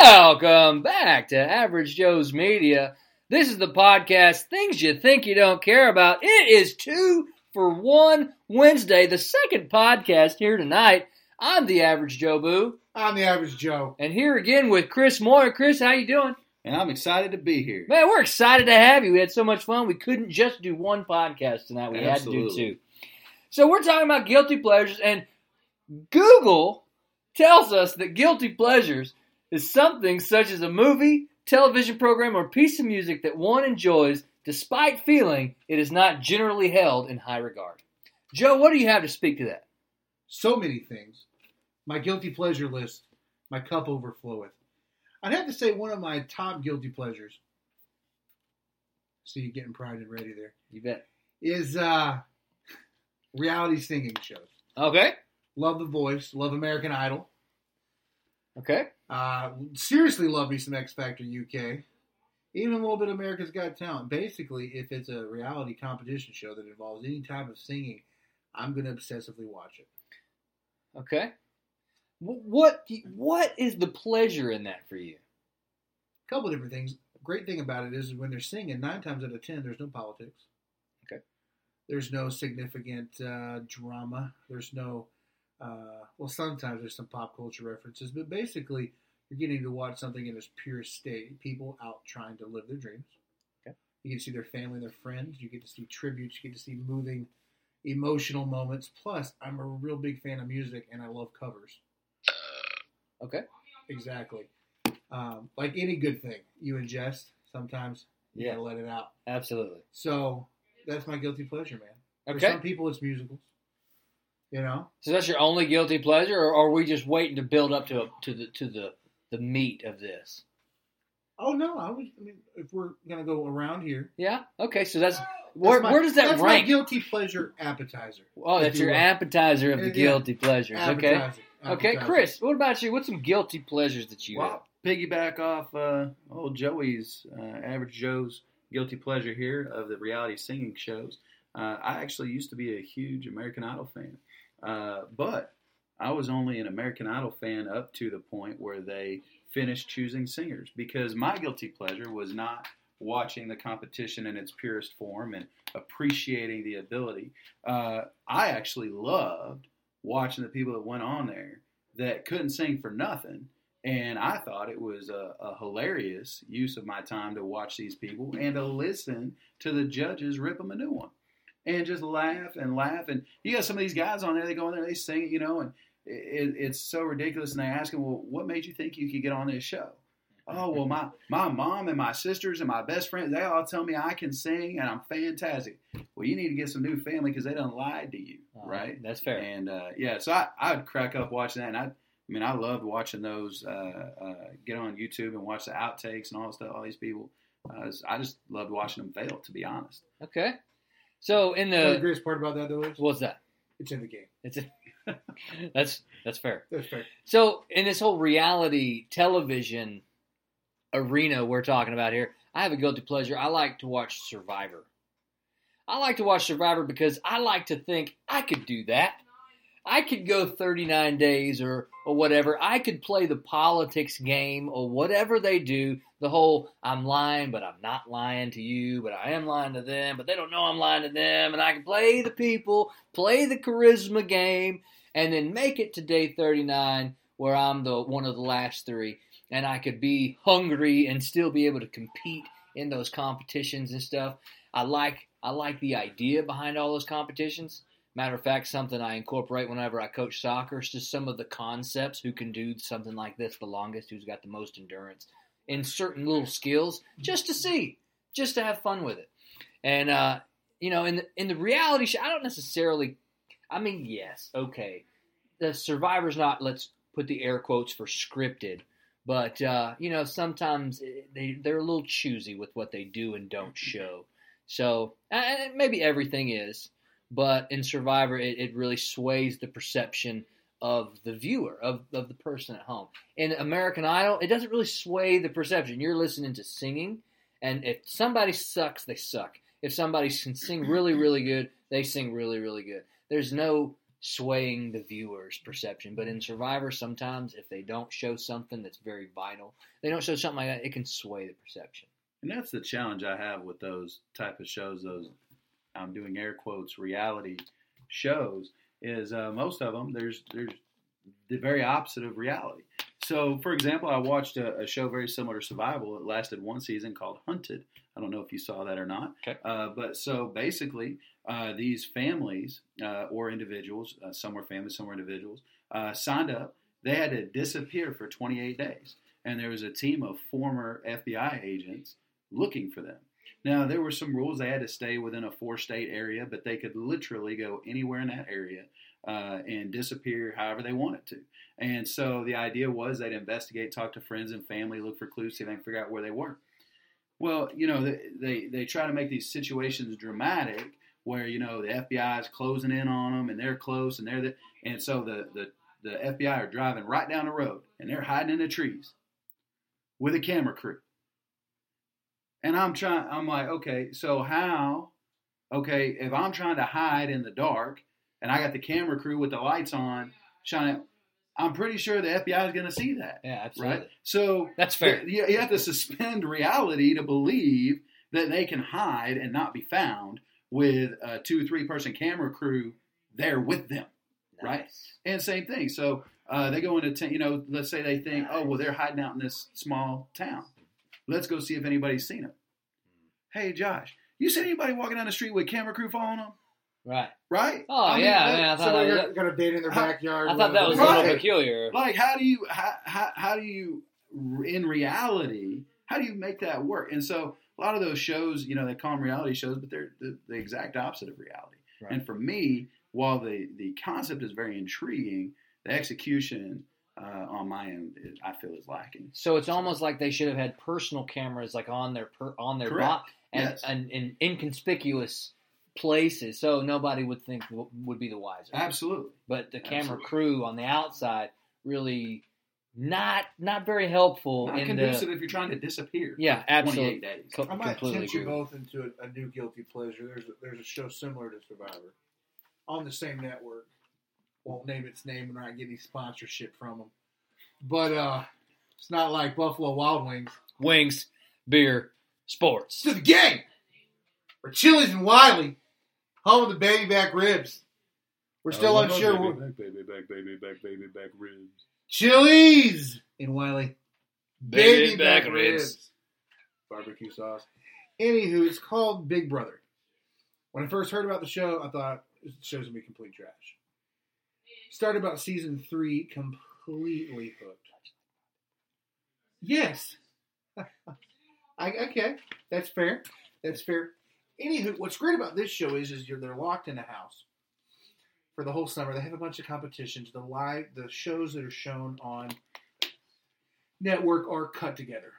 Welcome back to Average Joe's Media. This is the podcast Things You Think You Don't Care About. It is two for one Wednesday, the second podcast here tonight. I'm the Average Joe Boo, I'm the average Joe. and here again with Chris Moore. Chris, how you doing? and I'm excited to be here. Man, we're excited to have you. We had so much fun. We couldn't just do one podcast tonight. We had to Absolutely. do two. So we're talking about guilty pleasures, and Google tells us that guilty pleasures is something such as a movie, television program, or piece of music that one enjoys despite feeling it is not generally held in high regard. Joe, what do you have to speak to that? So many things. My guilty pleasure list, my cup overfloweth. I'd have to say one of my top guilty pleasures. See you getting primed and ready there. You bet. Is uh reality singing shows. Okay. Love the voice, love American Idol. Okay. Uh seriously love me some X Factor UK. Even a little bit of America's Got Talent. Basically, if it's a reality competition show that involves any type of singing, I'm gonna obsessively watch it. Okay. Wh- What what is the pleasure in that for you? couple different things. Great thing about it is when they're singing, nine times out of ten, there's no politics. Okay. There's no significant uh, drama. There's no, uh, well, sometimes there's some pop culture references, but basically, you're getting to watch something in its pure state. People out trying to live their dreams. Okay. You get to see their family, their friends. You get to see tributes. You get to see moving, emotional moments. Plus, I'm a real big fan of music, and I love covers. Okay. Exactly. Um, like any good thing, you ingest sometimes. You Yeah. gotta let it out. Absolutely. So that's my guilty pleasure, man. For Okay. some people, it's musicals. You know, So that's your only guilty pleasure, or are we just waiting to build up to to the to the the meat of this? oh no, I was. I mean, if we're gonna go around here, Yeah. Okay. So that's that's where my- where does that that's My rank? guilty pleasure appetizer. oh, if that's you your will. appetizer of the Yeah. guilty pleasures. Okay. Appetizer. Okay, Appetizer. Chris. What about you? What's some guilty pleasures that you Wow. Piggyback off uh, old Joey's, uh, Average Joe's guilty pleasure here of the reality singing shows. Uh, I actually used to be a huge American Idol fan, uh, but I was only an American Idol fan up to the point where they finished choosing singers because my guilty pleasure was not watching the competition in its purest form and appreciating the ability. Uh, I actually loved watching the people that went on there that couldn't sing for nothing and I thought it was a, a hilarious use of my time to watch these people and to listen to the judges rip them a new one, and just laugh and laugh. And you got some of these guys on there; they go in there, they sing it, you know, and it, it's so ridiculous. And they ask them, "Well, what made you think you could get on this show?" Oh well, my my mom and my sisters and my best friends they all tell me I can sing and I'm fantastic. Well, you need to get some new family because they done lied to you, Uh, right? That's fair. And uh, yeah, so I, I would crack up watching that, and I, I mean, I loved watching those. Uh, uh, get on YouTube and watch the outtakes and all that stuff. All these people, uh, I just loved watching them fail. To be honest, Okay. So in You know the the greatest part about that though is what's that? it's in the game. It's that's that's fair. That's fair. So in this whole reality television arena we're talking about here, I have a guilty pleasure. I like to watch Survivor. I like to watch Survivor because I like to think I could do that. I could go 39 days or, or whatever. I could play the politics game or whatever they do. The whole I'm lying, but I'm not lying to you, but I am lying to them, but they don't know I'm lying to them. And I can play the people, play the charisma game, and then make it to day 39 where I'm the one of the last three, and I could be hungry and still be able to compete in those competitions and stuff. I like I like the idea behind all those competitions. Matter of fact, something I incorporate whenever I coach soccer is just some of the concepts. Who can do something like this the longest? Who's got the most endurance? In certain little skills, just to see, just to have fun with it. And uh, you know, in the, in the reality show, I don't necessarily. I mean, yes, okay. The Survivor's not. Let's put the air quotes for scripted, but uh, you know, sometimes it- they they're a little choosy with what they do and don't show. So uh, maybe everything is, but in Survivor, it, it really sways the perception of the viewer of, of the person at home. In American Idol, it doesn't really sway the perception. You're listening to singing, and if somebody sucks, they suck. If somebody can sing really, really good, they sing really, really good. There's no swaying the viewer's perception. But in Survivor, sometimes if they don't show something that's very vital, they don't show something like that, it can sway the perception. And that's the challenge I have with those type of shows, those I'm doing air quotes reality shows, is uh, most of them there's there's the very opposite of reality. So, for example, I watched a, a show very similar to Survival. It lasted one season called Hunted. I don't know if you saw that or not. Okay. Uh, but so basically, uh, these families uh, or individuals, uh, some were families, some were individuals, uh, signed up. They had to disappear for 28 days. And there was a team of former FBI agents looking for them. Now, there were some rules. They had to stay within a four state area, but they could literally go anywhere in that area uh, and disappear however they wanted to. And so the idea was they'd investigate, talk to friends and family, look for clues, see if they can figure out where they were. Well, you know, they, they, they try to make these situations dramatic where, you know, the FBI is closing in on them and they're close and they're the, and so the, the, the FBI are driving right down the road and they're hiding in the trees with a camera crew. And I'm trying, I'm like, okay, so how, okay, if I'm trying to hide in the dark and I got the camera crew with the lights on shining, I'm pretty sure the FBI is going to see that, Yeah, absolutely. right? So That's fair. you, you have to suspend reality to believe that they can hide and not be found with a two, three person camera crew there with them. right. Nice. And same thing. So uh, they go into, ten, you know, let's say they think, oh, well, they're hiding out in this small town. Let's go see if anybody's seen them. Hey, Josh, you seen anybody walking down the street with camera crew following them? Right. Right? Oh, I mean, yeah. that- man, I thought So that was, you're gonna date in their I- backyard. I thought that was a whatever. little Right. peculiar. like how do you how, how, how do you in reality how do you make that work and so a lot of those shows you know they call them reality shows but they're the, the exact opposite of reality Right. and for me while the the concept is very intriguing the execution uh, on my end is, i feel is lacking So it's almost like they should have had personal cameras like on their per, on their Correct. bo- and, Yes. and in inconspicuous places, so nobody would think w- would be the wiser. absolutely But the camera Absolutely. crew on the outside really not not very helpful not in conducive the if you're trying to disappear uh, yeah for 28 absolutely days Co- I might completely tempt you agree. with- both into a, a new guilty pleasure. There's a, there's a show similar to Survivor on the same network. Won't name its name and not get any sponsorship from them. But uh, it's not like Buffalo Wild Wings. Wings, beer, sports. It's the gang or Chili's and Wiley, home of the baby back ribs. We're still unsure. wh- back Uh, baby back baby back baby back ribs Chili's in Wiley. Baby, back, ribs. Barbecue sauce. Anywho, it's called Big Brother. When I first heard about the show, I thought the show's gonna be complete trash. Started about season three, completely hooked. Yes. I, okay, that's fair. That's fair. Anywho, what's great about this show is, is you're they're locked in a house for the whole summer. They have a bunch of competitions. The live, the shows that are shown on network are cut together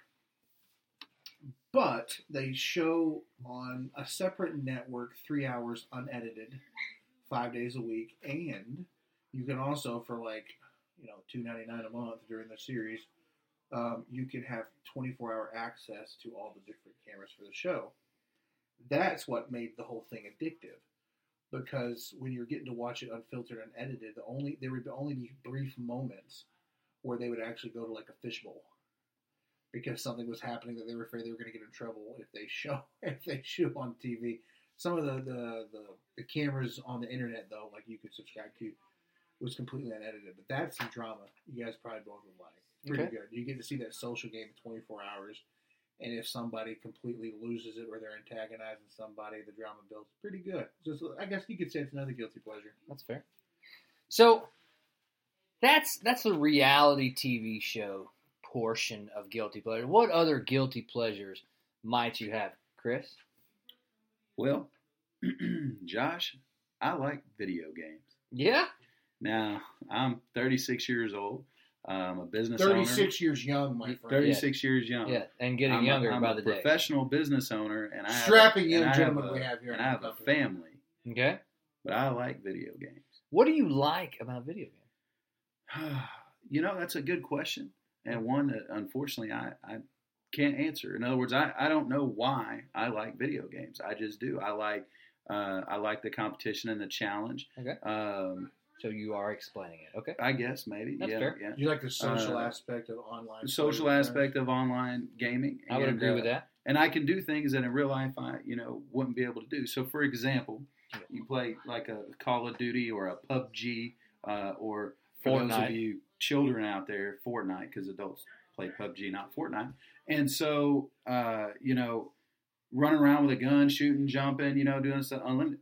but they show on a separate network three hours unedited five days a week and you can also for like you know 299 a month during the series um, you can have 24 hour access to all the different cameras for the show that's what made the whole thing addictive because when you're getting to watch it unfiltered and edited the only there would only be brief moments where they would actually go to like a fishbowl because something was happening that they were afraid they were going to get in trouble if they show if they shoot on TV. Some of the, the the the cameras on the internet though, like you could subscribe to, was completely unedited. But that's some drama you guys probably both would like. Pretty Okay. good. You get to see that social game in 24 hours, and if somebody completely loses it or they're antagonizing somebody, the drama builds pretty good. Just I guess you could say it's another guilty pleasure. That's fair. So that's that's the reality TV show portion of guilty pleasure. What other guilty pleasures might you have, Chris? Well, Josh, I like video games. Yeah, Now, I'm 36 years old. I'm a business owner. 36 years young, my friend. 36 years young. yeah, and getting I'm a- younger I'm by a the day. professional business owner, and I Strapping have, a- and young I gentleman have a- we have here. and in I our have a company. family, Okay, but I like video games. what do you like about video games? you know, that's a good question, and one that unfortunately I, I can't answer. In other words, I, I don't know why I like video games. I just do. I like uh, I like the competition and the challenge. Okay. Um, So you are explaining it. Okay. I guess maybe. That's yeah, fair. yeah. You like the social Uh, aspect of online. The social play, right? aspect of online gaming. I would and, agree uh, with that. and I can do things that in real life I you know wouldn't be able to do. So for example, Yeah. you play like a Call of Duty or a PUBG uh, or for those of Fortnite. you children out there, Fortnite because adults play PUBG, not Fortnite. And so uh, you know, running around with a gun, shooting, jumping, you know, doing stuff unlimited.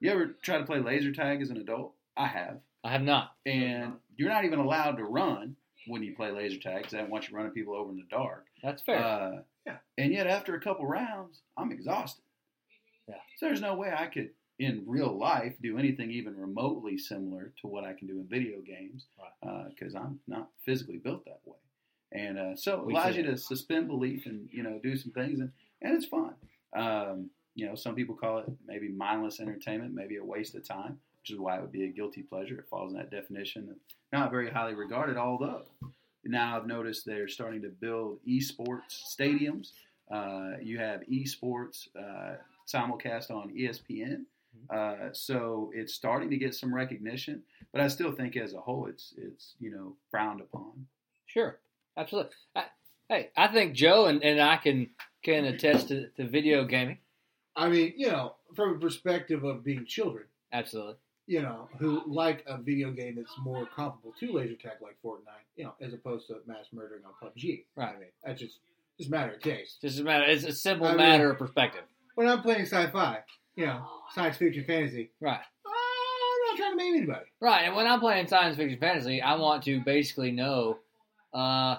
You ever try to play laser tag as an adult? I have, I have not. and you're not even allowed to run when you play laser tag because I don't want you running people over in the dark. That's fair. Uh, Yeah. And yet, after a couple rounds, I'm exhausted. Yeah. So there's no way I could, in real life, do anything even remotely similar to what I can do in video games because I'm not physically built that way. And uh, so it We allows see you to suspend belief and you know do some things, and and it's fun. Um, you know, some people call it maybe mindless entertainment, maybe a waste of time, which is why it would be a guilty pleasure. It falls in that definition of not very highly regarded, although now I've noticed they're starting to build esports stadiums. Uh, you have esports uh, simulcast on E ESPN, uh, so it's starting to get some recognition. But I still think, as a whole, it's it's you know frowned upon. Sure, absolutely. I, hey, I think Joe and, and I can can attest to, to video gaming. I mean, you know, from a perspective of being children, Absolutely. you know, who like a video game that's more comparable to laser tag like Fortnite, you know, as opposed to mass murdering on PUBG. Right. I mean, that's just just a matter of taste. Just a matter. It's a simple I mean- matter of perspective. When I'm playing sci-fi, you know, science fiction, fantasy, Right. I'm not trying to maim anybody. Right. And when I'm playing science fiction fantasy, I want to basically know uh,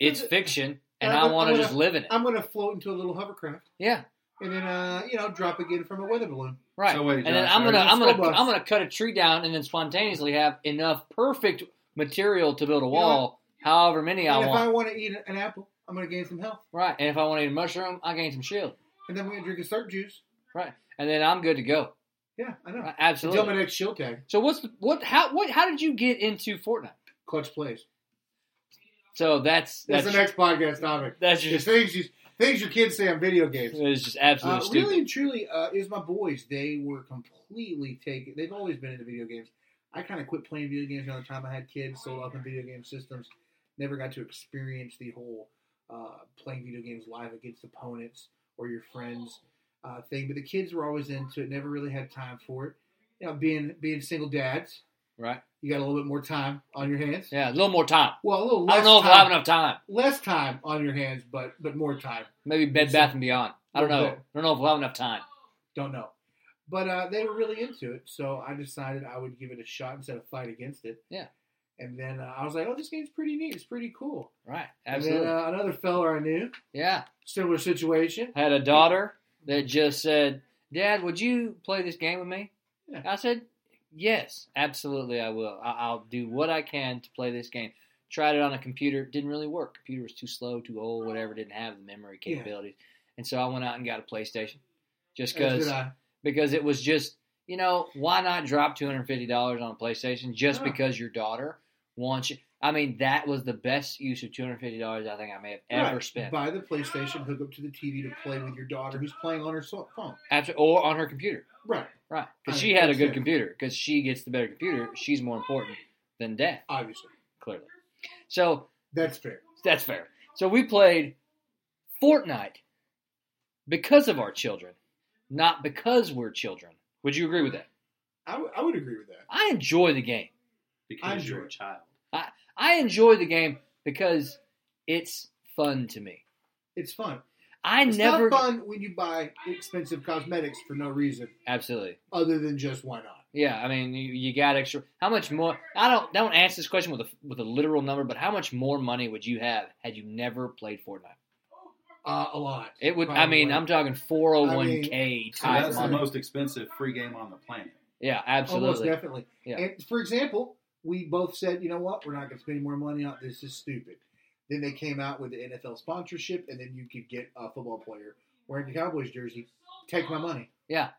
it's But- fiction, and but I I'm want to gonna- just live in it. I'm gonna float into a little hovercraft Yeah. and then, uh, you know, drop again from a weather balloon. Right. So wait, and then Josh, I'm are gonna you I'm gonna still bust? I'm gonna cut a tree down and then spontaneously have enough perfect material to build a know wall. However many I and if I want, want to eat an apple, I'm gonna gain some health, right? And if I want to eat a mushroom, I gain some shield, and then we're gonna drink a cert juice. right? And then I'm good to go. Yeah, I know. Right? Until Absolutely. my next shield tag, So what's the, what how what how did you get into Fortnite? clutch plays. So that's That's, that's the next podcast topic. that's just It's things you, things your kids say on video games. it's just Uh, absolutely stupid. really and truly, uh, is my boys. They were completely taken. They've always been into video games. I kind of quit playing video games around the time I had kids. Sold off in video game systems. Never got to experience the whole uh, playing video games live against opponents or your friends uh, thing. But the kids were always into it. Never really had time for it. You know, being being single dads, Right? you got a little bit more time on your hands. Yeah, a little more time. Well, a little I don't less know if time, I have enough time. less time on your hands, but but more time. Maybe Bed Bath and Beyond. I don't Little know. bit. I don't know if we'll have enough time. Don't know. But uh, they were really into it, so I decided I would give it a shot instead of fight against it. Yeah. And then uh, I was like, oh, this game's pretty neat. It's pretty cool. Right. Absolutely. And then uh, another fella I knew, yeah. similar situation. had a daughter that just said, "Dad, would you play this game with me?" Yeah. I said, "Yes, absolutely, I will. I- I'll do what I can to play this game." Tried it on a computer, didn't really work. Computer was too slow, too old, whatever. Didn't have the memory Yeah. capabilities, and so I went out and got a PlayStation, just As did because I. because it was just you know why not drop two hundred fifty dollars on a PlayStation just Yeah. because your daughter wants you. I mean, that was the best use of two hundred fifty dollars I think I may have ever Right. spent. Buy the PlayStation, hook up to the TV to play with your daughter who's playing on her so- phone. After or on her computer. Right, Right, because I she mean, had a that's good it. computer. Because she gets the better computer, she's more important than dad. obviously. Clearly, so That's fair. that's fair. So we played Fortnite because of our children, not because we're children. Would you agree with that? I, w- I would agree with that. I enjoy the game. I'm Because you're sure. a child. I enjoy the game because it's fun to me. It's fun. I It's never not fun when you buy expensive cosmetics for no reason absolutely. other than just why not. Yeah, I mean, you, you got extra. How much more? I don't don't ask this question with a with a literal number, but how much more money would you have had you never played Fortnite? Uh, a lot. It would. I Probably. mean, I'm talking 401k So type. I- that's the I- money. most expensive free game on the planet. Yeah, Almost absolutely. definitely. Yeah. And for example, we both said, you know what, we're not going to spend any more money on this. Is stupid. Then they came out with the NFL sponsorship, and then you could get a football player wearing a Cowboys jersey. Take my money. Yeah.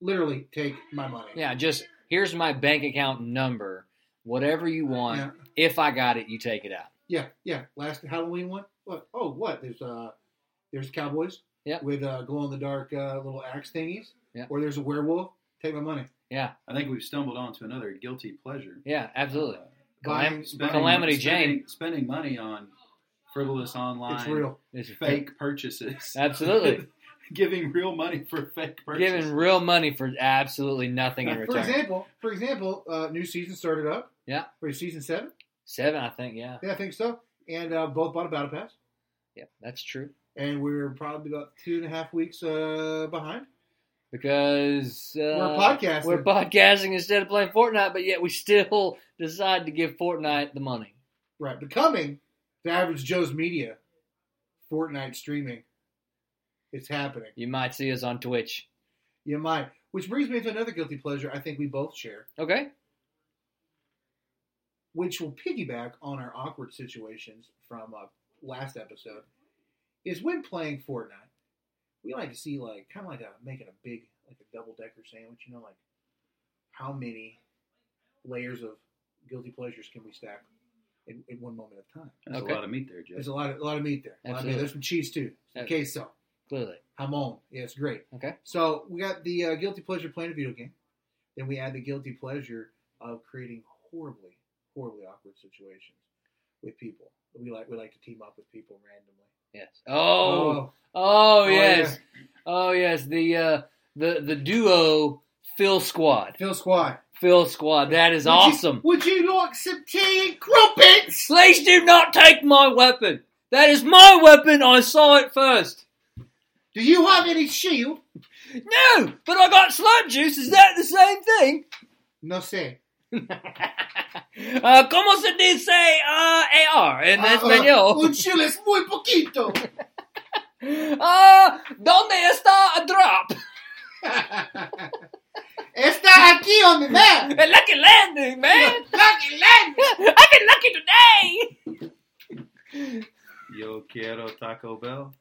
Literally, take my money. Yeah, just here's my bank account number. Whatever you want. Yeah. If I got it, you take it out. Yeah. yeah. Last Halloween one. What? Oh, what? There's uh, there's Cowboys. Yeah. With uh, glow in the dark uh, little axe thingies. Yeah. Or there's a werewolf. Take my money. Yeah. I think we've stumbled onto another guilty pleasure. Yeah, absolutely. Uh, Calam- spending- Calamity spending, Jane. Spending money on frivolous online It's real. It's fake purchases. Absolutely. Giving real money for fake purchases. Giving real money for absolutely nothing in For For return. example, for example, uh, new season started up. Yeah. For season seven. Seven, I think. Yeah. Yeah, I think so. And uh, both bought a battle pass, Yeah, that's true. and we're probably about two and a half weeks uh, behind. Because uh, we're podcasting. we're podcasting instead of playing Fortnite, but yet we still decide to give Fortnite the money. Right, becoming the average Joe's media, Fortnite streaming. It's happening. You might see us on Twitch. You might. Which brings me to another guilty pleasure I think we both share, Okay. which will piggyback on our awkward situations from uh, last episode, is when playing Fortnite, we like to see like kind of like a making a big like a double decker sandwich. You know, like how many layers of guilty pleasures can we stack in, in one moment of time? That's Okay. a lot of meat there, Jeff. There's a lot of a lot of meat there. A lot of meat. Absolutely. There's some cheese too. Some Absolutely. queso. Clearly. Hamon. Yeah, it's great. Okay. So we got the uh, guilty pleasure playing a video game. Then we add the guilty pleasure of creating horribly, horribly awkward situations with people. We like we like to team up with people randomly. Yes. Oh. Oh, yes. yeah. Oh yes. The uh, the the duo Phil Squad. Phil Squad. Phil Squad. That is Would you- awesome. would you like some tea and crumpets? Please do not take my weapon. That is my weapon. I saw it first. Do you have any shield? No, but I got slime juice. Is that the same thing? No sé. uh, como se dice uh, AR en Uh, uh, español? un shield es muy poquito. Uh, ¿Dónde está a drop? Está aquí on the map. A lucky landing, man. Lucky land. I've been lucky today. Yo quiero Taco Bell.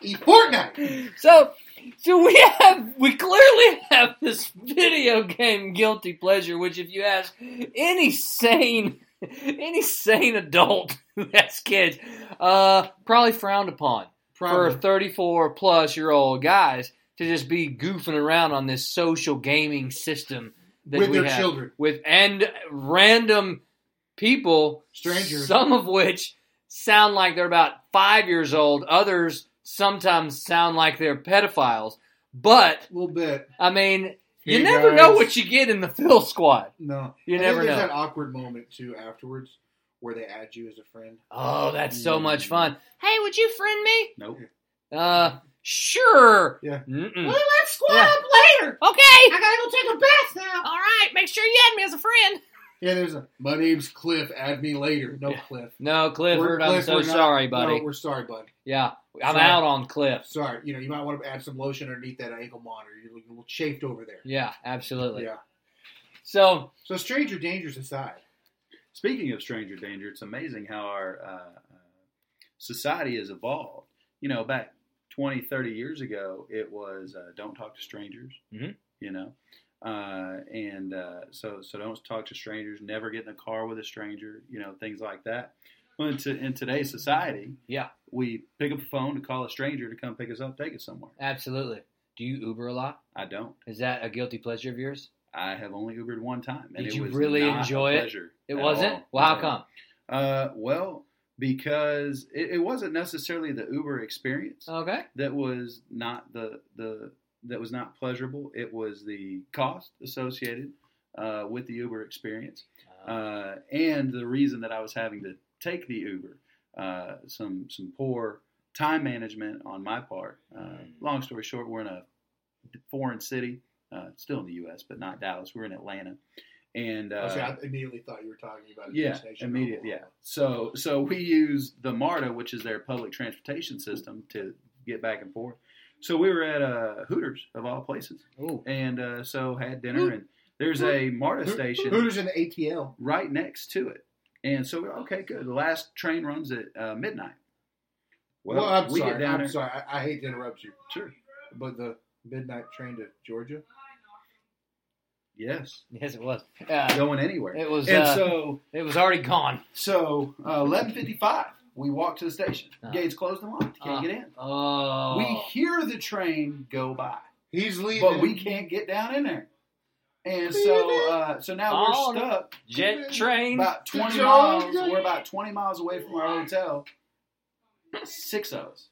Y Fortnite. So, so we have we clearly have this video game guilty pleasure, which if you ask any sane any sane adult who has kids, uh, probably frowned upon for Probably. thirty four plus year old guys to just be goofing around on this social gaming system that With we their have children. with and random people, Strangers. some of which sound like they're about five years old. Others sometimes sound like they're pedophiles. But A little bit. I mean, you Hey, never know guys. what you get in the Phil squad. No. You I think never there's know. that awkward moment too afterwards where they add you as a friend. Oh, that's so Mm. Hmm. much fun. Hey, would you friend me? Nope. Uh, sure. Yeah. Mm-mm. let's squad Yeah. up later. Okay. gotta go take a bath now. All right. Make sure you add me as a friend. Yeah, there's a my name's Cliff. Add me later. No, Cliff. No, Clifford, We're- I'm Cliff, so we're not- sorry, buddy. No, we're sorry, bud. yeah, I'm Sorry. out on Cliff. Sorry. You know, you might want to add some lotion underneath that ankle monitor. You're looking a little chafed over there. Yeah, absolutely. Yeah. So, So stranger dangers aside. Speaking of stranger danger, it's amazing how our uh, uh, society has evolved. You know, back 20, 30 years ago, it was uh, don't talk to strangers. Mhm. You know, uh, and uh, so so don't talk to strangers. Never get in a car with a stranger. You know, things like that. Well, in, to, in today's society, Yeah. we pick up a phone to call a stranger to come pick us up, take us somewhere. absolutely. Do you Uber a lot? I don't. Is that a guilty pleasure of yours? I have only Ubered one time, and Did it you was really not a enjoy it? pleasure It at wasn't. all. Well, how No. come? Uh, well, because it, it wasn't necessarily the Uber experience Okay. that was not the the that was not pleasurable. It was the cost associated uh, with the Uber experience, Oh. uh, and the reason that I was having to take the Uber. Uh, some some poor time management on my part. Uh, Mm. long story short, we're in a foreign city, uh, still in the U.S., but not Dallas. We're in Atlanta, and uh, Oh, see, I immediately thought you were talking about a yeah, destination immediate. novel. Yeah. So so we use the MARTA, which is their public transportation system, to get back and forth. So we were at uh, Hooters of all places, Ooh. and uh, so had dinner. And there's a MARTA Ho- station Hmm. Hooters in the ATL. right next to it, and so we're okay, good. The last train runs at uh, midnight. Well, I'm we sorry. get down I'm there. sorry. I, I hate to interrupt you, Sure. but the midnight train to Georgia. Yes. Yes, it was. Yeah. Going anywhere. It was. and uh, so it was already gone. so uh, 11:55, we walk to the station. Uh. Uh-huh. Gates closed and locked. Can't Uh. get in. Oh. We hear the train go by. He's leaving. But we can't get down in there. And so, uh, so now Oh, we're no. stuck Jet train. about 20 Joe, miles. Joe. We're about 20 miles away from our hotel. Six of us,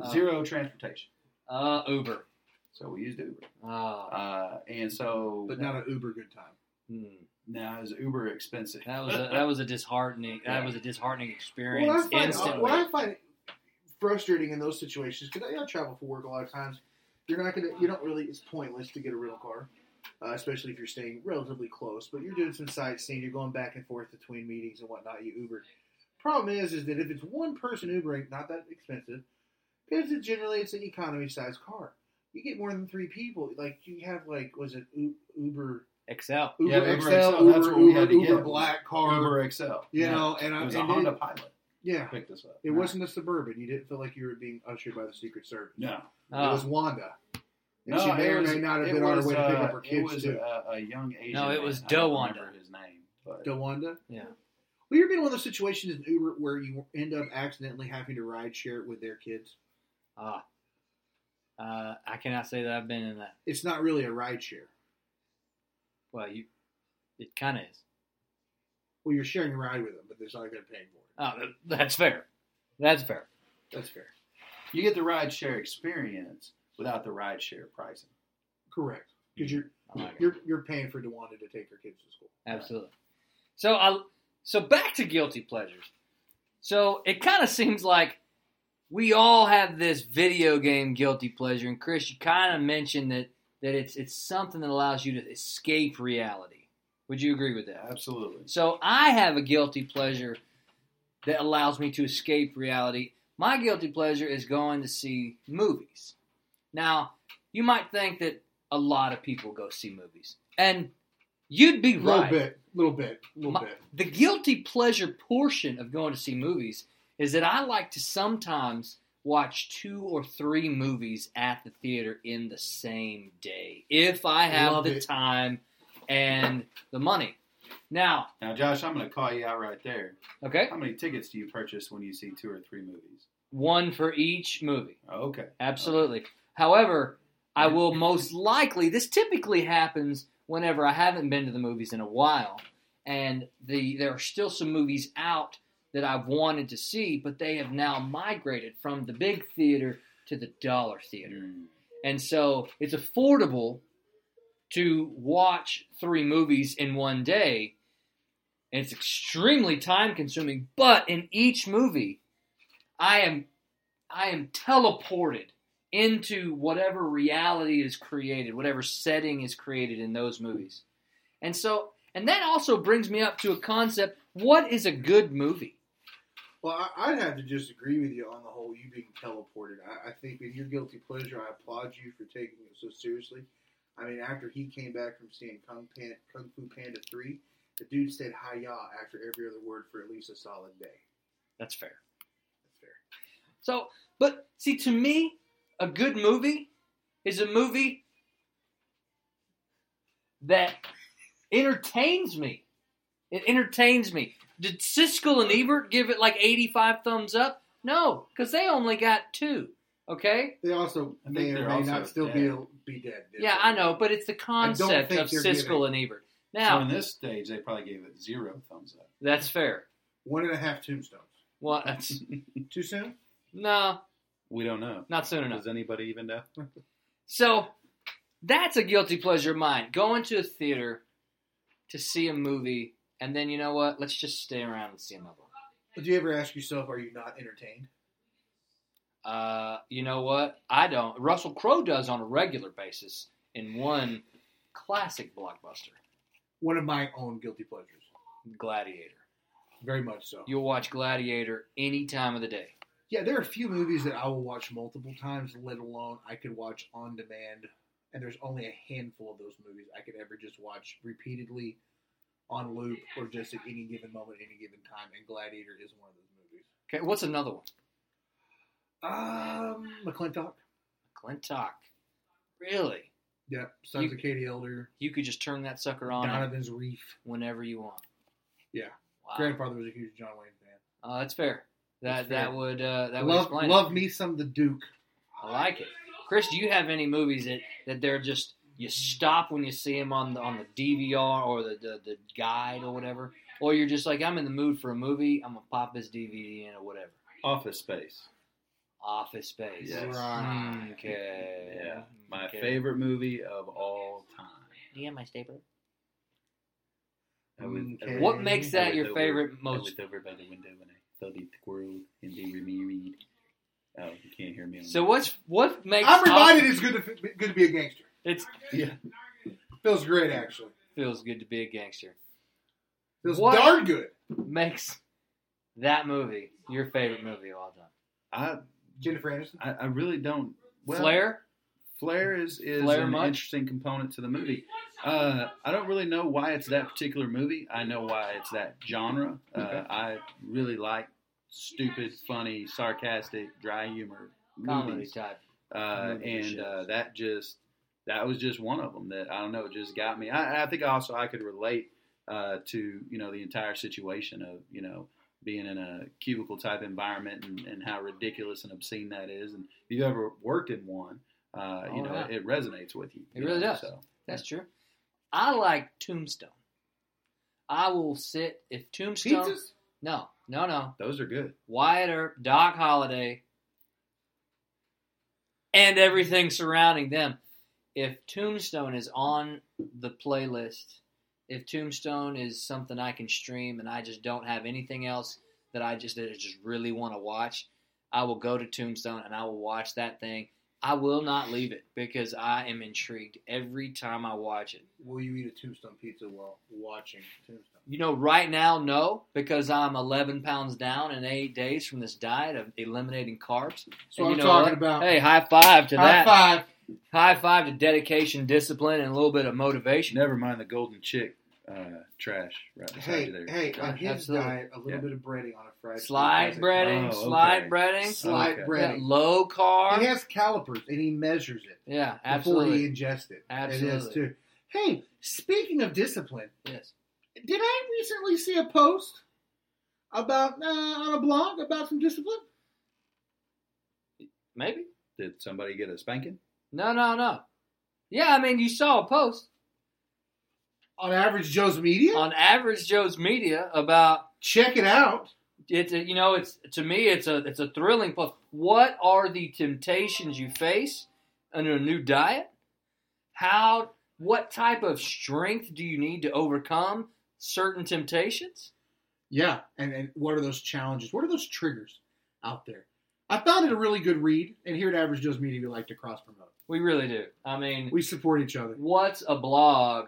Uh. zero transportation. Uh, Uber. So we used Uber. Ah, Uh, and so, but not an uber good time. hmm. now it was Uber expensive. That was a, that was a disheartening. That was a disheartening experience. What I find, instantly. what I find frustrating in those situations because I, I travel for work a lot of times. You're not gonna, you don't really. It's pointless to get a rental car, uh, especially if you're staying relatively close. But you're doing some sightseeing. You're going back and forth between meetings and whatnot. You Uber. Problem is, is that if it's one person Ubering, not that expensive, because it generally it's an economy sized car. You get more than three people. Like you have like was it U- Uber Excel. Uber Yeah, Uber XL, XL, that's Uber what we Uber, had to Uber get. Black car. Uber XL. you Yeah. know, and I it was a and Honda It, Pilot. yeah, Picked us up. it wasn't a suburban. You didn't feel like you were being ushered by the Secret Service. No. it was Oh, Wanda. And Ah. No, she may it or was, may not have it been on her was, way to pick uh, up her kids It was too. a, a young Asian. No, it man. was I don't Dawanda. remember his name. But The Wanda. yeah. Well, you're being one of those situations in Uber where you end up accidentally having to ride share it with their kids. Ah. Uh, I cannot say that I've been in that. It's not really a ride share. Well, you. It kind of is. Well, you're sharing a ride with them, but there's not like they're paying for Oh, that- that's fair. That's fair. it. That's fair. you get the ride share experience without the ride share pricing. Correct. Because you're I like it. you're you're paying for DeWanda to take her kids to school. Absolutely. So I. So back to guilty pleasures. So it kind of seems like we all have this video game guilty pleasure, and Chris, you kind of mentioned that that it's it's something that allows you to escape reality. Would you agree with that? Absolutely. So I have a guilty pleasure that allows me to escape reality. My guilty pleasure is going to see movies. Now, you might think that a lot of people go see movies, and you'd be A little right. bit, little bit, little My- bit. The guilty pleasure portion of going to see movies is that I like to sometimes watch two or three movies at the theater in the same day if I have Love the it. time and the money. Now, Now, Josh, I'm going to call you out right there. okay? How many tickets do you purchase when you see two or three movies? one for each movie. Okay. Absolutely. However, I will most likely, this typically happens whenever I haven't been to the movies in a while, and the there are still some movies out that I've wanted to see, but they have now migrated from the big theater to the dollar theater. Mm. And so it's affordable to watch three movies in one day. And it's extremely time consuming, but in each movie, I am I am teleported into whatever reality is created, whatever setting is created in those movies. And so and that also brings me up to a concept, what is a good movie? Well, I- I'd have to just agree with you on the whole you being teleported. I, I think in your guilty pleasure, I applaud you for taking it so seriously. I mean, after he came back from seeing Kung, Pan, Kung Fu Panda 3, the dude said hi ya after every other word for at least a solid day. That's fair. That's fair. So, but see, to me, a good movie is a movie that entertains me. It entertains me. Did Siskel and Ebert give it like 85 thumbs up? No, because they only got two. Okay? They also I think may or they're may also not still dead. be, be dead. Yeah, I know, but it's the concept think of they're Siskel giving- and Ebert. so Now, in this stage, they probably gave it zero thumbs up. that's fair. One and a half tombstones. Well, that's, Too soon? no, We don't know. not soon enough. Does anybody even know? So that's a guilty pleasure of mine. Going to a theater to see a movie, and then you know what? Let's just stay around and see another one. Do you ever ask yourself, are you not entertained? Uh, you know what? I don't. Russell Crowe does on a regular basis in one classic blockbuster, One of my own guilty pleasures. Gladiator. Very much so. You'll watch Gladiator any time of the day. Yeah, there are a few movies that I will watch multiple times, let alone I could watch on demand. And there's only a handful of those movies I could ever just watch repeatedly on loop or just at any given moment, any given time. And Gladiator is one of those movies. Okay, what's another one? Um, McClintock. Clintock. Really? Yeah, Sons You- of Katie Elder. You could just turn that sucker on Donovan's Reef. whenever you want. Yeah. Wow. Grandfather was a huge John Wayne fan. Oh, that's fair. That That's fair. that would uh, that would love, explain it. love me some the Duke. I like it. Chris, do you have any movies that, that they're just you stop when you see him on the on the DVR or the, the the guide or whatever, or you're just like, I'm in the mood for a movie. I'm gonna pop this DVD in or whatever. Office Space. Office Space. Yes. Right. Hmm, Okay. Yeah, my Okay. favorite movie of all time. Do you have my stapler? I would- I Okay. would- What makes I that would your over- favorite I most- looked over by the window and I thought it world and they were married. Oh, you can't hear me. on So that. what's what makes I'm reminded Office- it's good to good to be a gangster. It's Yeah. Feels great actually. feels good to be a gangster. Feels What? darn good. Makes that movie your favorite movie of all time. I, Jennifer Anderson. I I really don't. Well, Flair. Flair is is Flair an much? interesting component to the movie. Uh, I don't really know why it's that particular movie. I know why it's that genre. Uh, Okay. I really like stupid, funny, sarcastic, dry humor comedy movies. type. uh, Movie and shows. uh, that just that was just one of them that I don't know it just got me. I, I think also I could relate uh, to you know the entire situation of you know being in a cubicle type environment and, and how ridiculous and obscene that is. And if you ever worked in one, uh, you Oh, know yeah. it resonates with you. It you really know, does. So. That's true. I like Tombstone. I will sit if Tombstone. Pizzas. No, no, no. Those are good. Wyatt Earp, Doc Holliday, and everything surrounding them. If Tombstone is on the playlist, if Tombstone is something I can stream and I just don't have anything else that I just that I just really want to watch, I will go to Tombstone and I will watch that thing. I will not leave it because I am intrigued every time I watch it. Will you eat a tombstone pizza while watching Tombstone? You know, right now, no, because I'm 11 pounds down in eight days from this diet of eliminating carbs. So And I'm you know talking what? about Hey, high five to high that. five. High five to dedication, discipline, and a little bit of motivation. Never mind the golden chick uh, trash right beside Hey, you there. hey, Gosh, on his absolutely. diet, a little Yeah. bit of breading on a fried Slide chicken. breading, Oh, slide okay. breading, Slide Okay. that breading. low carb. He has calipers and he measures it yeah, before he absolutely. ingests it. It is Absolutely. too. Hey, speaking of discipline, Yes. did I recently see a post about uh, on a blog about some discipline? Maybe. Did somebody get a spanking? No, no, no. Yeah, I mean, you saw a post On average Joe's Media? on Average Joe's Media about Check it out. it's a, you know it's to me it's a it's a thrilling book. What are the temptations you face under a new diet? How what type of strength do you need to overcome certain temptations? Yeah, and, and what are those challenges? What are those triggers out there? I found it a really good read, and here at Average Joe's Media, we like to cross promote. We really do. I mean, We support each other. what's a blog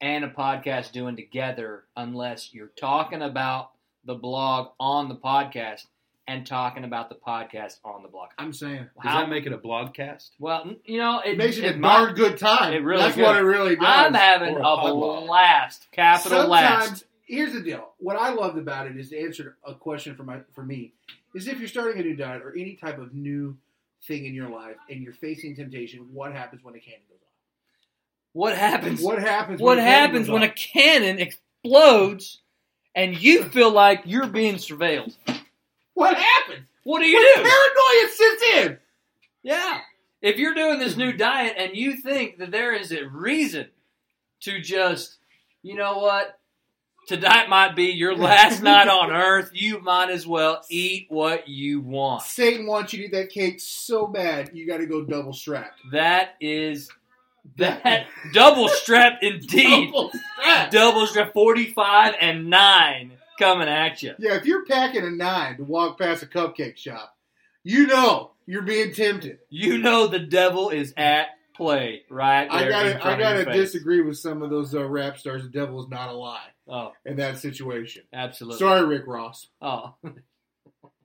and a podcast doing together unless you're talking about the blog on the podcast and talking about the podcast on the blog? I'm saying. Does How- that make it a blogcast? well, you know, it It makes it, a might- darn good time. it really That's could. what it really does. I'm having Or a a potluck. blast. Capital Sometimes, last. here's the deal. What I loved about it is the answer to a question for my for me is if you're starting a new diet or any type of new thing in your life and you're facing temptation, what happens when a cannon goes off? What happens? What, What happens? when a cannon happens goes when a off? cannon explodes and you feel like you're being surveilled? what happens? What do you do? Paranoia sits in. Yeah. If you're doing this new diet and you think that there is a reason to just, you know what? Tonight might be your last night on earth. You might as well eat what you want. Satan wants you to eat that cake so bad you got to go double strapped. That is that double strap indeed. Double strapped. doubles to 45 and 9 coming at you. Yeah, if you're packing a nine to walk past a cupcake shop, you know you're being tempted. You know the devil is at play right I there in gotta, front I of your gotta face. disagree with some of those uh, rap stars. The devil is not a lie Oh, in that situation. absolutely. Sorry, Rick Ross. Oh,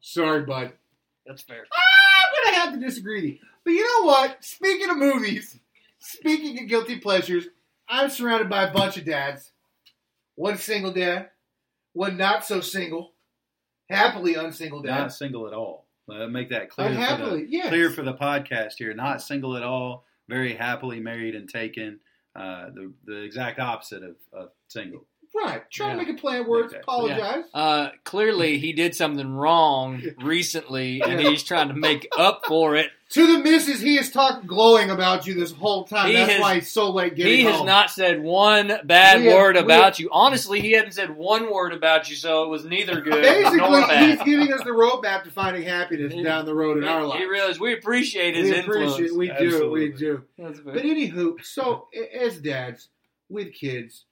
Sorry, bud. that's fair. Ah, I'm gonna have to disagree with you. But you know what? Speaking of movies, speaking of guilty pleasures, I'm surrounded by a bunch of dads. One single dad, one not so single, happily unsingle dad. Not single at all. Uh, make that clear. for the- unhappily, yes. clear for the podcast here. Not single at all. Very happily married and taken. Uh, the the exact opposite of, of single. Right. Try Yeah. to make a play at work. Exactly. Apologize. Uh, clearly, he did something wrong recently, and he's trying to make up for it. To the missus, he has talked glowing about you this whole time. He That's has- why he's so late getting he home. has not said one bad We have- word we about you. Honestly, he hadn't said one word about you, so it was neither good Basically, nor bad. he's giving us the roadmap to finding happiness He- down the road in our He- life. He realized we appreciate his we influence. appreciate. We do. Absolutely. We do. That's very- But anywho, so a- as dads with kids,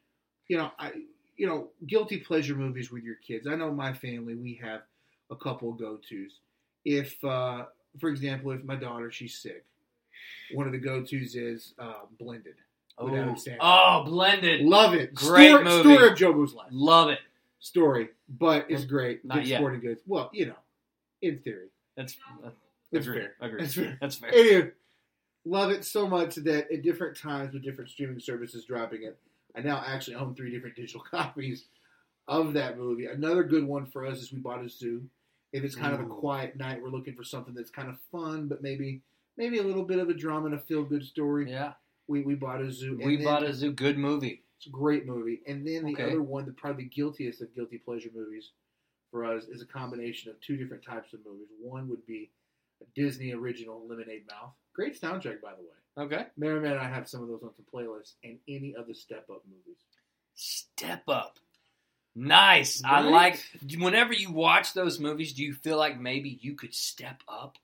you know, I, you know, guilty pleasure movies with your kids. I know my family. We have a couple go tos. If, uh, for example, if my daughter she's sick, one of the go tos is uh, Blended. with Adam oh. Sandler. Oh, blended. Love it. Great story, movie. story of Joe Boo's life. Love it. Story, but it's great. Not Good yet. sporting goods. Well, you know, in theory, That's that's it's agreed. fair. Agreed. It's fair. That's fair. Anyway, love it so much that at different times with different streaming services dropping it, I now actually own three different digital copies of that movie. Another good one for us is we bought a zoo. If it's kind of a Mm. Ooh. quiet night, we're looking for something that's kind of fun, but maybe maybe a little bit of a drama and a feel good story. Yeah, We, we bought a zoo. we And then- bought a zoo. Good movie. it's a great movie. And then the Okay. other one, the probably the guiltiest of guilty pleasure movies for us, is a combination of two different types of movies. One would be a Disney original, Lemonade Mouth. Great soundtrack, by the way. Okay. Merriman and I have some of those on the playlist, and any of the Step Up movies. Step up. Nice. I Right? like. Whenever you watch those movies, do you feel like maybe you could step up?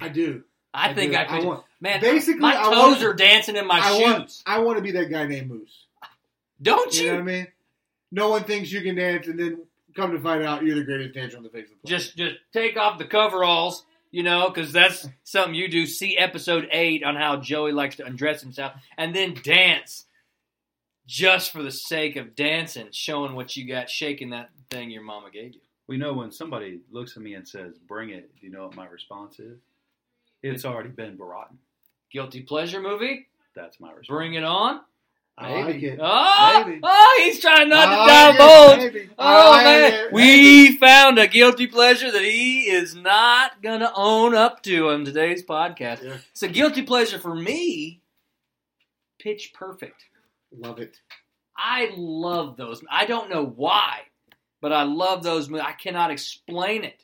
I do. I, think do. I could. want, man, basically, my I toes want- are dancing in my I shoes. want. I want to be that guy named Moose. Don't You you? know what I mean? No one thinks you can dance, and then come to find out, you're the greatest dancer on the face of the planet. Just just take off the coveralls, you know, because that's something you do. See episode eight on how Joey likes to undress himself, and then dance just for the sake of dancing, showing what you got, shaking that thing your mama gave you. We know when somebody looks at me and says, "Bring it," do you know what my response is? It's already been rotten. Guilty pleasure movie. That's my response. Bring it on. I like it. Oh, Maybe. oh, he's trying not I to like dive it, divulge. maybe. Oh I like man, it, maybe. we found a guilty pleasure that he is not gonna own up to on today's podcast. Yeah. It's a guilty pleasure for me. Pitch Perfect. love it. I love those. I don't know why, but I love those movies. I cannot explain it.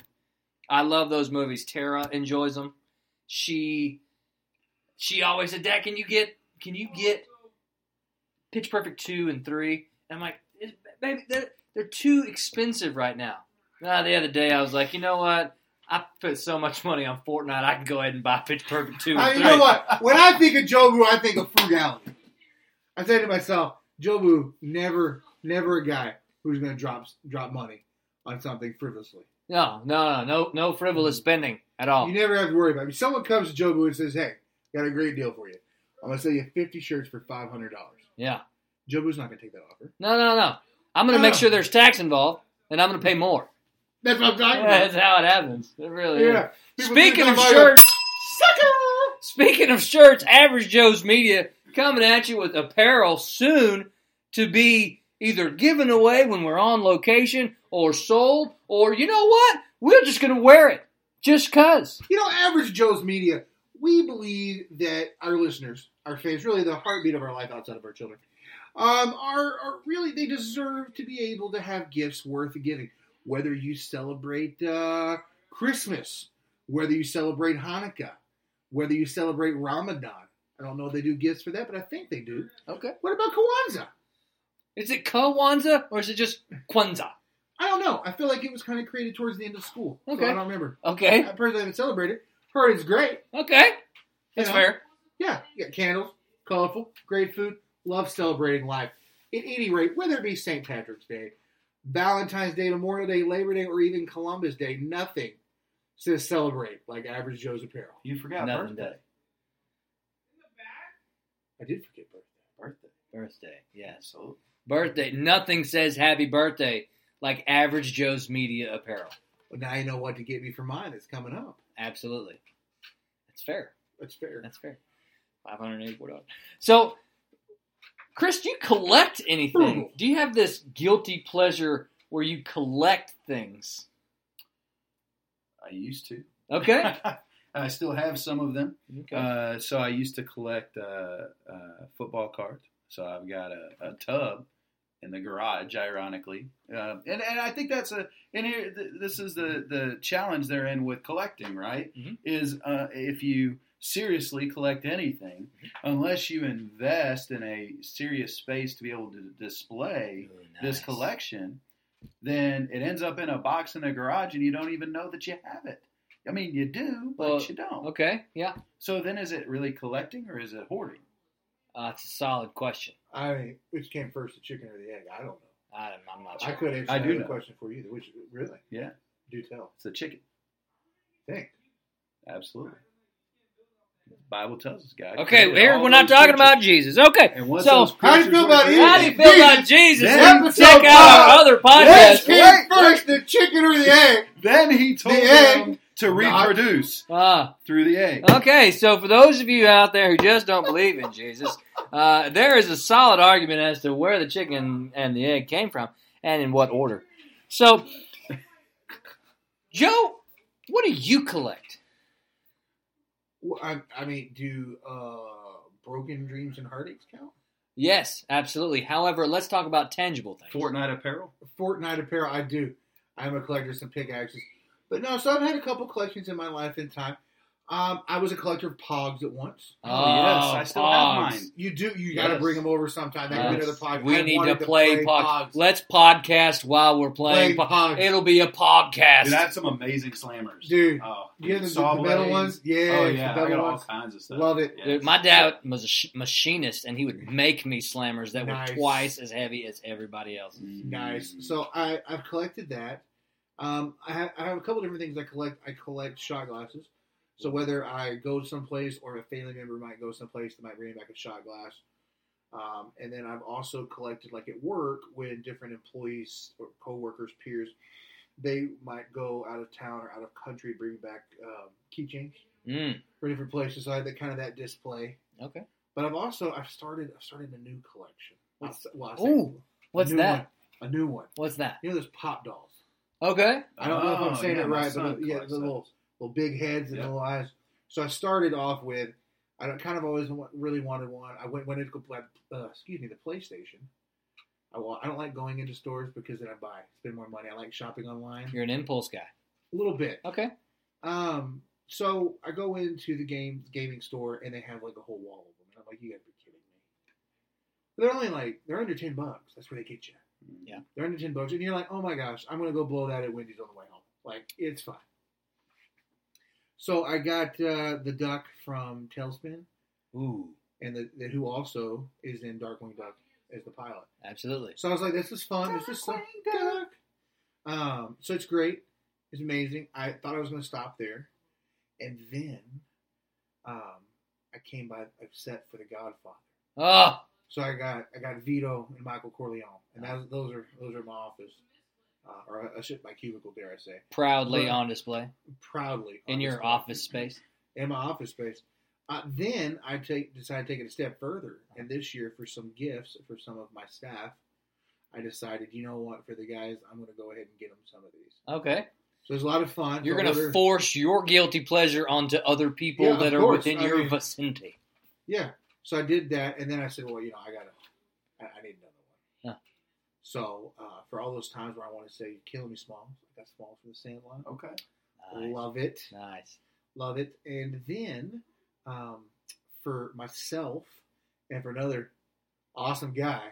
I love those movies. Tara enjoys them. She she always said, "Dad, can you get can you get Pitch Perfect two and 3? And I'm like, "Is- "Baby, they're, they're too expensive right now." Now the other day, I was like, "You know what? I put so much money on Fortnite, I can go ahead and buy Pitch Perfect two I, and you 3. know what? When I think of Jobu, I think of frugality. I say to myself, Jobu, never, never a guy who's going to drop drop money on something frivolously. No, no, no, no, no frivolous spending at all. You never have to worry about it. If someone comes to Jobu and says, hey, got a great deal for you. I'm going to sell you 50 shirts for $500. yeah. Jobu's not going to take that offer. No, no, no. I'm going to make No. sure there's tax involved, and I'm going to pay more. That's what I'm talking That's about. how it happens. It really Yeah. is. People Speaking think of I'm like, shirts, Sucker! speaking of shirts, Average Joe's Media coming at you with apparel soon to be either given away when we're on location or sold, or you know what? We're just going to wear it just because. You know, average Joe's media, we believe that our listeners, our fans, really the heartbeat of our life outside of our children, um, are, are really, they deserve to be able to have gifts worth giving. Whether you celebrate uh, Christmas, whether you celebrate Hanukkah, whether you celebrate Ramadan. I don't know if they do gifts for that, but I think they do. Okay. What about Kwanzaa? Is it Kwanzaa or is it just Kwanzaa? I don't know. I feel like it was kind of created towards the end of school. so Okay. I don't remember. I Okay. personally haven't celebrated. Heard it's great. Okay. you That's know? fair. Yeah, you got candles, colorful, great food. Love celebrating life. At any rate, whether it be St. Patrick's Day, Valentine's Day, Memorial Day, Labor Day, or even Columbus Day, nothing says celebrate like Average Joe's apparel. You forgot Nothing birthday. I did forget birthday. Birthday. Birthday. Yes. So Birthday. Nothing says happy birthday like average Joe's media apparel. Well, now you know what to get me for mine that's coming up. Absolutely. That's fair. That's fair. That's fair. Five hundred eighty-four dollars. So, Chris, do you collect anything? Hmm. Frugal. Do you have this guilty pleasure where you collect things? I used to. Okay. I still have some of them. okay. Uh, so I used to collect uh, uh, football cards. So I've got a, a tub in the garage, ironically. Uh, and and I think that's a and here th- this is the the challenge they're in with collecting, right? Mhm. Is uh, if you seriously collect anything, Mm-hmm. unless you invest in a serious space to be able to display this collection, then it ends up in a box in a garage, and you don't even know that you have it. I mean, you do, but Well, you don't. Okay, yeah, So then, is it really collecting or is it hoarding? uh, it's a solid question. I mean, which came first, the chicken or the egg? I don't know. I, I'm not I sure. couldn't answer I do that know. question for you. either, Which really? Yeah. Do tell. It's the chicken. Think. Absolutely. Bible tells us, guys. Okay, created here all we're not those talking about creatures. Jesus. Okay, And once so- those How do you creatures feel were about created- how do you feel about Jesus? Then And check out episode our other Which podcast. came first, the chicken or the egg? Then he told The egg. them to Not- reproduce Ah, through the egg. okay, so for those of you out there who just don't believe in Jesus, uh, there is a solid argument as to where the chicken and the egg came from and in what order. So, Joe, what do you collect? Well, I, I mean, do uh, broken dreams and heartaches count? Yes, absolutely. However, let's talk about tangible things. Fortnite apparel. Fortnite apparel, I do. I'm a collector of some pickaxes. But no, so I've had a couple collections in my life in time. Um, I was a collector of pogs at once. Oh, yes, I still have pogs. mine. You do. You got to Yes. bring them over sometime. That could be another podcast. We I need to wanted play, Pog. Let's podcast while we're Play playing. po- pogs, It'll be a podcast. Dude, I have some amazing slammers. dude. Oh, You know the, saw the metal blades. ones? Yeah, oh the yeah, I metal got all ones. kinds of stuff. Love it. Yeah. Dude, my dad was a sh- machinist, and he would make me slammers that Nice. were twice as heavy as everybody else. Mm. Nice. So I I've collected that. Um, I have, I have a couple different things I collect. I collect shot glasses. So whether I go someplace or a family member might go someplace, they might bring back a shot glass. Um, and then I've also collected, like at work, when different employees or coworkers, peers, they might go out of town or out of country, bring back um, keychains Mm, for different places. So I had that kind of that display. okay. But I've also I've started I've started a new collection. I'll s- well, I'll say- Ooh, what's a new that? One, a new one. What's that? You know those pop dolls. Okay. I don't know if I'm Oh, saying yeah, it my right, son but yeah, collects the little little big heads and Yeah. little eyes. So I started off with I don't- kind of always wa- really wanted one. I went went into the- uh, excuse me the PlayStation. I, wa- I don't like going into stores because then I buy spend more money. I like shopping online You're an impulse guy. a little bit. Okay. Um, so I go into the game gaming store and they have like a whole wall of them, and I'm like, you gotta be kidding me. They're only like they're under ten bucks. That's where they get you. Yeah. They're under ten bucks, and you're like, oh my gosh, I'm gonna go blow that at Wendy's on the way home. Like it's fine. So I got uh, the duck from Tailspin, Ooh, and the, the who also is in Darkwing Duck as the pilot. absolutely. So I was like, this is fun. This is fun. Duck. Um, so it's great. It's amazing. I thought I was going to stop there. And then um, I came by a set for The Godfather. Oh, So I got I got Vito and Michael Corleone. And that was, those are those are my office. Uh, or I shit my cubicle, dare I say. proudly Look. on display Proudly. in your honestly. office space. In my office space. Uh, then I take decided to take it a step further. And this year, for some gifts for some of my staff, I decided, you know what, for the guys, I'm going to go ahead and get them some of these. Okay. So it's a lot of fun. You're So going to whether- force your guilty pleasure onto other people Yeah, that of are course. within I your mean- vicinity. yeah. So I did that, and then I said, well, you know, I gotta, I, I need another one. Huh. So uh, for all those times where I want to say, "Kill me, Smalls," I got Smalls from the Sandlot. Okay. Oh, Nice. Love it, Nice. love it. And then um, for myself and for another awesome guy,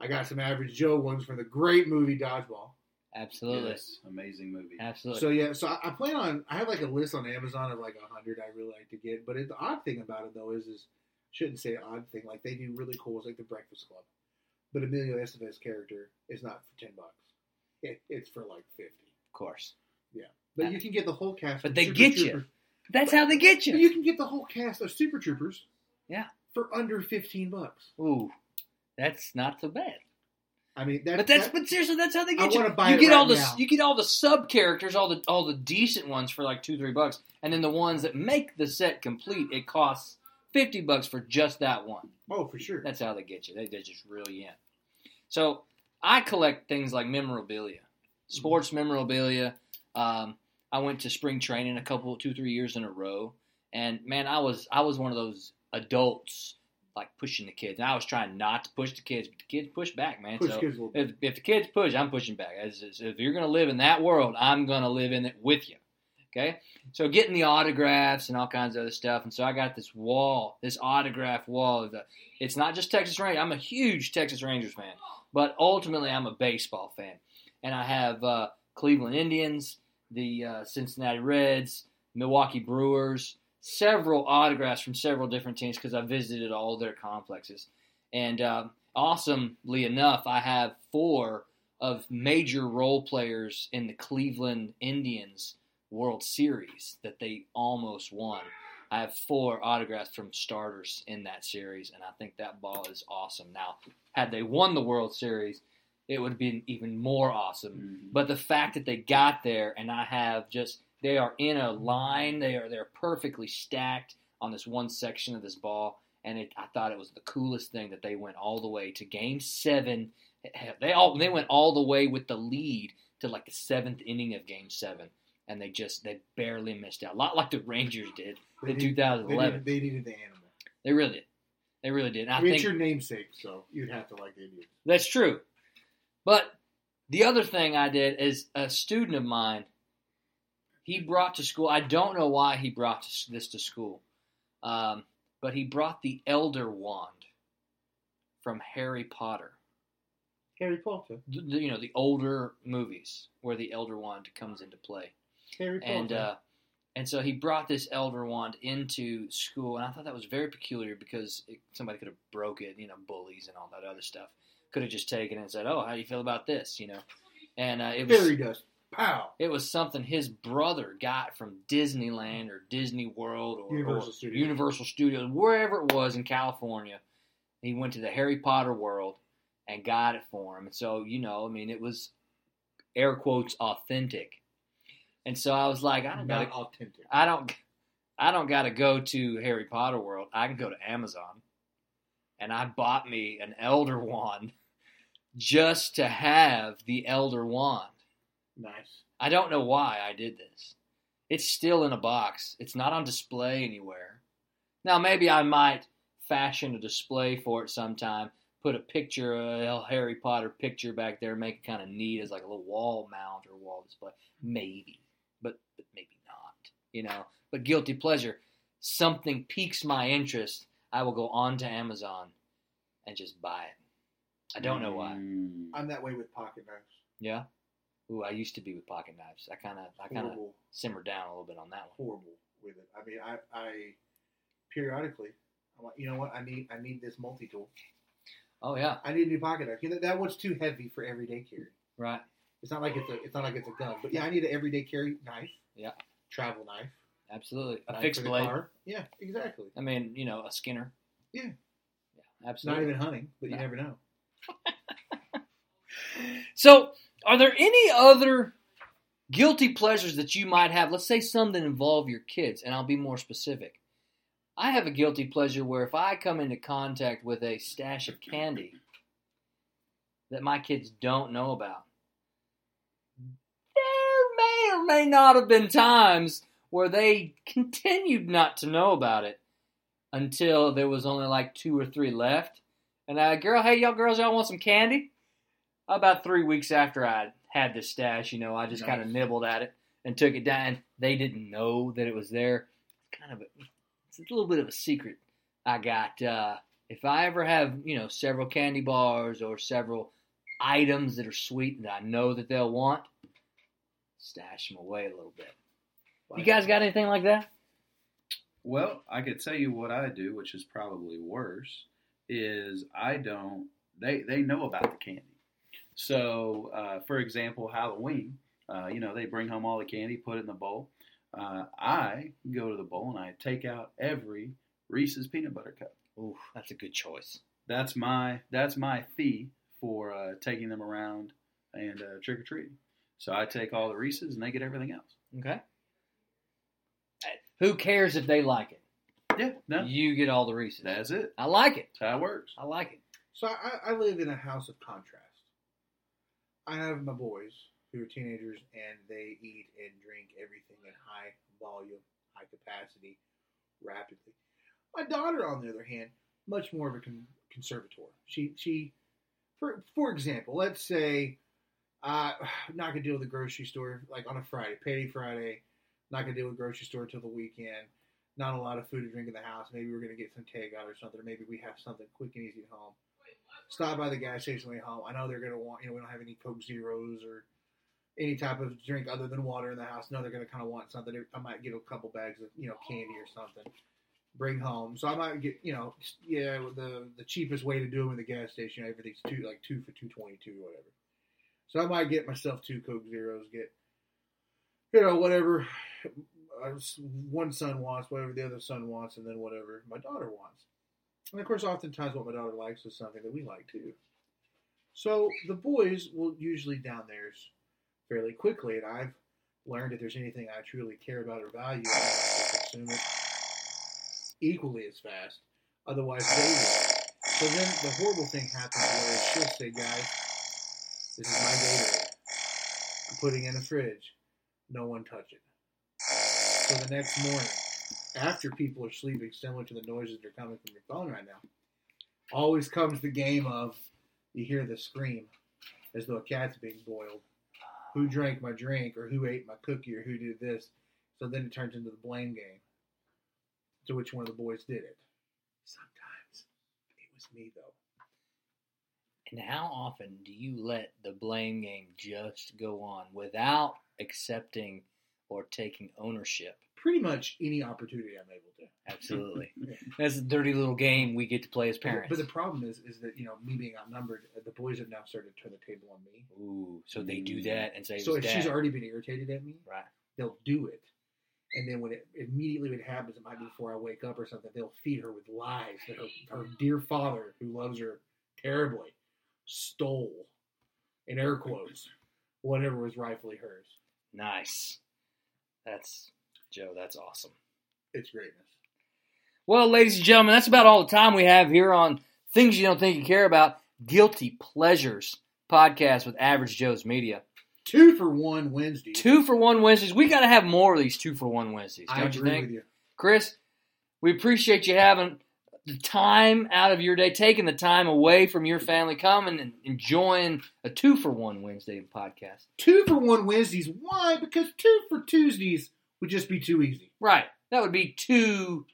I got some Average Joe ones from the great movie Dodgeball. Absolutely. Yes, amazing movie. Absolutely. So yeah, so I, I plan on. I have like a list on Amazon of like a hundred I really like to get. But it, the odd thing about it though is, is shouldn't say odd thing. Like they do really cool. It's like the Breakfast Club, but Emilio Estevez's character is not for ten bucks. It, it's for like fifty. of course. But you can get the whole cast. But of they Super get you. Troopers. That's how they get But you can get the whole cast of Super Troopers. Yeah. For under fifteen bucks. Ooh, that's not so bad. I mean, that, But that's that- but seriously, that's how they I get you. wanna buy you it get right all the now. you get all the sub characters, all the all the decent ones for like two three bucks, and then the ones that make the set complete, it costs fifty bucks for just that one. oh for sure. That's how they get you. They they just reel you in. So I collect things like memorabilia, Mm-hmm. sports memorabilia. Um, I went to spring training a couple, two, three years in a row, and man, I was I was one of those adults like pushing the kids. And I was trying not to push the kids, but the kids push back, man. Push so kids a little bit. if, if the kids push, I'm pushing back. It's- it's- if you're going to live in that world, I'm going to live in it with you. Okay, so getting the autographs and all kinds of other stuff, and so I got this wall, this autograph wall. Of the, it's not just Texas Rangers. I'm a huge Texas Rangers fan, but ultimately I'm a baseball fan, and I have uh, Cleveland Indians, the uh, Cincinnati Reds, Milwaukee Brewers, several autographs from several different teams because I visited all their complexes, and um, awesomely enough, I have four of major role players in the Cleveland Indians World Series that they almost won. I have four autographs from starters in that series, and I think that ball is awesome. Now, had they won the World Series, it would have been even more awesome. Mhm. But the fact that they got there, and I have just they are in a line. They are they're perfectly stacked on this one section of this ball, and it, I thought it was the coolest thing that they went all the way to Game Seven. They all they went all the way with the lead to like the seventh inning of Game Seven, and they just they barely missed out. A lot like the Rangers did They in need- they 2011. needed, they needed the animal. They really did. They really did. And I I mean, think it's your namesake, so you'd have to like the Indians. That's true. But the other thing I did is a student of mine, he brought to school, I don't know why he brought this to school, um, but he brought the Elder Wand from Harry Potter. Harry Potter. The- the- you know, the older movies where the Elder Wand comes into play Harry Potter. and uh, and so he brought this elder wand into school, and I thought that was very peculiar because it, somebody could have broke it, you know, bullies and all that other stuff could have just taken it and said, "Oh, how do you feel about this?" You know, and uh, it was fairy dust. Pow. it was something his brother got from Disneyland or Disney World or Universal or Studios. Universal Studios, wherever it was in California. He went to the Harry Potter world and got it for him. And so, you know, I mean, it was air quotes authentic. And so I was like, I don't got Not to authentic. I don't I don't got to go to Harry Potter World. I can go to Amazon. And I bought me an Elder Wand just to have the Elder Wand. Nice. I don't know why I did this. It's still in a box. It's not on display anywhere. Now maybe I might fashion a display for it sometime. Put a picture, a little Harry Potter picture back there, make it kind of neat as like a little wall mount or wall display. Maybe, but, but maybe not. You know. But guilty pleasure. Something piques my interest. I will go on to Amazon and just buy it. I don't know why. Mm. I'm that way with pocket knives. Yeah. Ooh, I used to be with pocket knives. I kind of, I kind of Horrible, simmer down a little bit on that one. horrible with it. I mean, I, I periodically, I'm like, you know what? I need, I need this multi tool. Oh yeah, I need a new pocket knife. You know, that one's too heavy for everyday carry. right. It's not like it's a, it's not like it's a gun. But yeah, I need an everyday carry knife. Yeah. Travel knife. Absolutely. A knife fixed for the blade. car. Yeah, exactly. I mean, you know, a Skinner. Yeah. Yeah, It's not absolutely. even hunting, but you No. never know. So, are there any other guilty pleasures that you might have? Let's say some that involve your kids, and I'll be more specific. I have a guilty pleasure where if I come into contact with a stash of candy that my kids don't know about, there may or may not have been times where they continued not to know about it until there was only like two or three left. And I, girl, hey, y'all girls, y'all want some candy? about three weeks after I had the stash, you know, I just kind of Nice. nibbled at it and took it down. And They didn't know that it was there. It's kind of a, it's a little bit of a secret. I got uh, if I ever have you know several candy bars or several items that are sweet that I know that they'll want, stash them away a little bit. You guys got anything like that? Well, I could tell you what I do, which is probably worse, is I don't. They they know about the candy. So, uh, for example, Halloween, uh, you know, they bring home all the candy, put it in the bowl. Uh, I go to the bowl and I take out every Reese's peanut butter cup. Ooh, that's a good choice. That's my that's my fee for uh, taking them around and uh, trick or treating. So I take all the Reese's and they get everything else. Okay. Who cares if they like it? Yeah, no, You get all the Reese's. that's it. I like it. That's how it works. I like it. So I, I live in a house of contrast. I have my boys who are teenagers and they eat and drink everything in high volume, high capacity, rapidly. My daughter, on the other hand, much more of a con- conservator. She she, for for example, let's say, uh, not gonna deal with the grocery store like on a Friday, payday Friday. Not gonna deal with grocery store till the weekend. Not a lot of food and drink in the house. Maybe we're gonna get some takeout or something. Or maybe we have something quick and easy at home. Stop by the gas station on the way home. I know they're gonna want you know we don't have any Coke Zeros or any type of drink other than water in the house. No, they're going to kind of want something. I might get a couple bags of you know candy or something, bring home. So I might get you know yeah the the cheapest way to do them in the gas station. Everything's two like two for two twenty two or whatever. So I might get myself two Coke Zeros. Get you know whatever uh, one son wants, whatever the other son wants, and then whatever my daughter wants. And of course, oftentimes what my daughter likes is something that we like too. So the boys will usually down theirs fairly quickly. And I've learned if there's anything I truly care about or value, I have to consume it equally as fast. Otherwise, they will. So then the horrible thing happens where she'll say, guys, this is my Gatorade. I'm putting it in the fridge. No one touch it. So the next morning, after people are sleeping, similar to the noises that are coming from your phone right now, always comes the game of you hear the scream as though a cat's being boiled who drank my drink or who ate my cookie or who did this. So then it turns into the blame game to which one of the boys did it. Sometimes it was me, though. And how often do you let the blame game just go on without accepting or taking ownership? Pretty much any opportunity I'm able to. Absolutely. That's a dirty little game we get to play as parents. But the problem is, is that you know me being outnumbered, the boys have now started to turn the table on me. Ooh, so they do that and say, So if it's she's dad. already been irritated at me, right. they'll do it. And then when it immediately when it happens, it might be before I wake up or something. They'll feed her with lies that her, her dear father, who loves her terribly, stole, in air quotes, whatever was rightfully hers. Nice. That's Joe. That's awesome. It's greatness. Well, ladies and gentlemen, that's about all the time we have here on Things You Don't Think You Care About Guilty Pleasures podcast with Average Joe's Media. Two for one Wednesday. Two for one Wednesdays. We got to have more of these two for one Wednesdays, I don't agree you think? with you. Chris, we appreciate you having the time out of your day, taking the time away from your family, coming and enjoying a two for one Wednesday podcast. Two for one Wednesdays. Why? Because two for Tuesdays would just be too easy. Right. That would be too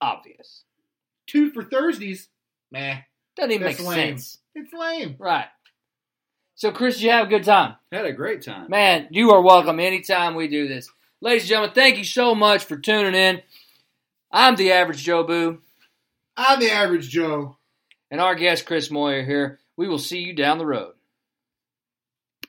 obvious. Two for Thursdays, meh. Doesn't even That's make lame. sense. It's lame. Right. So, Chris, you have a good time. Had a great time. Man, you are welcome anytime we do this. Ladies and gentlemen, thank you so much for tuning in. I'm the average Joe Boo. I'm the average Joe. and our guest Chris Moyer here. We will see you down the road.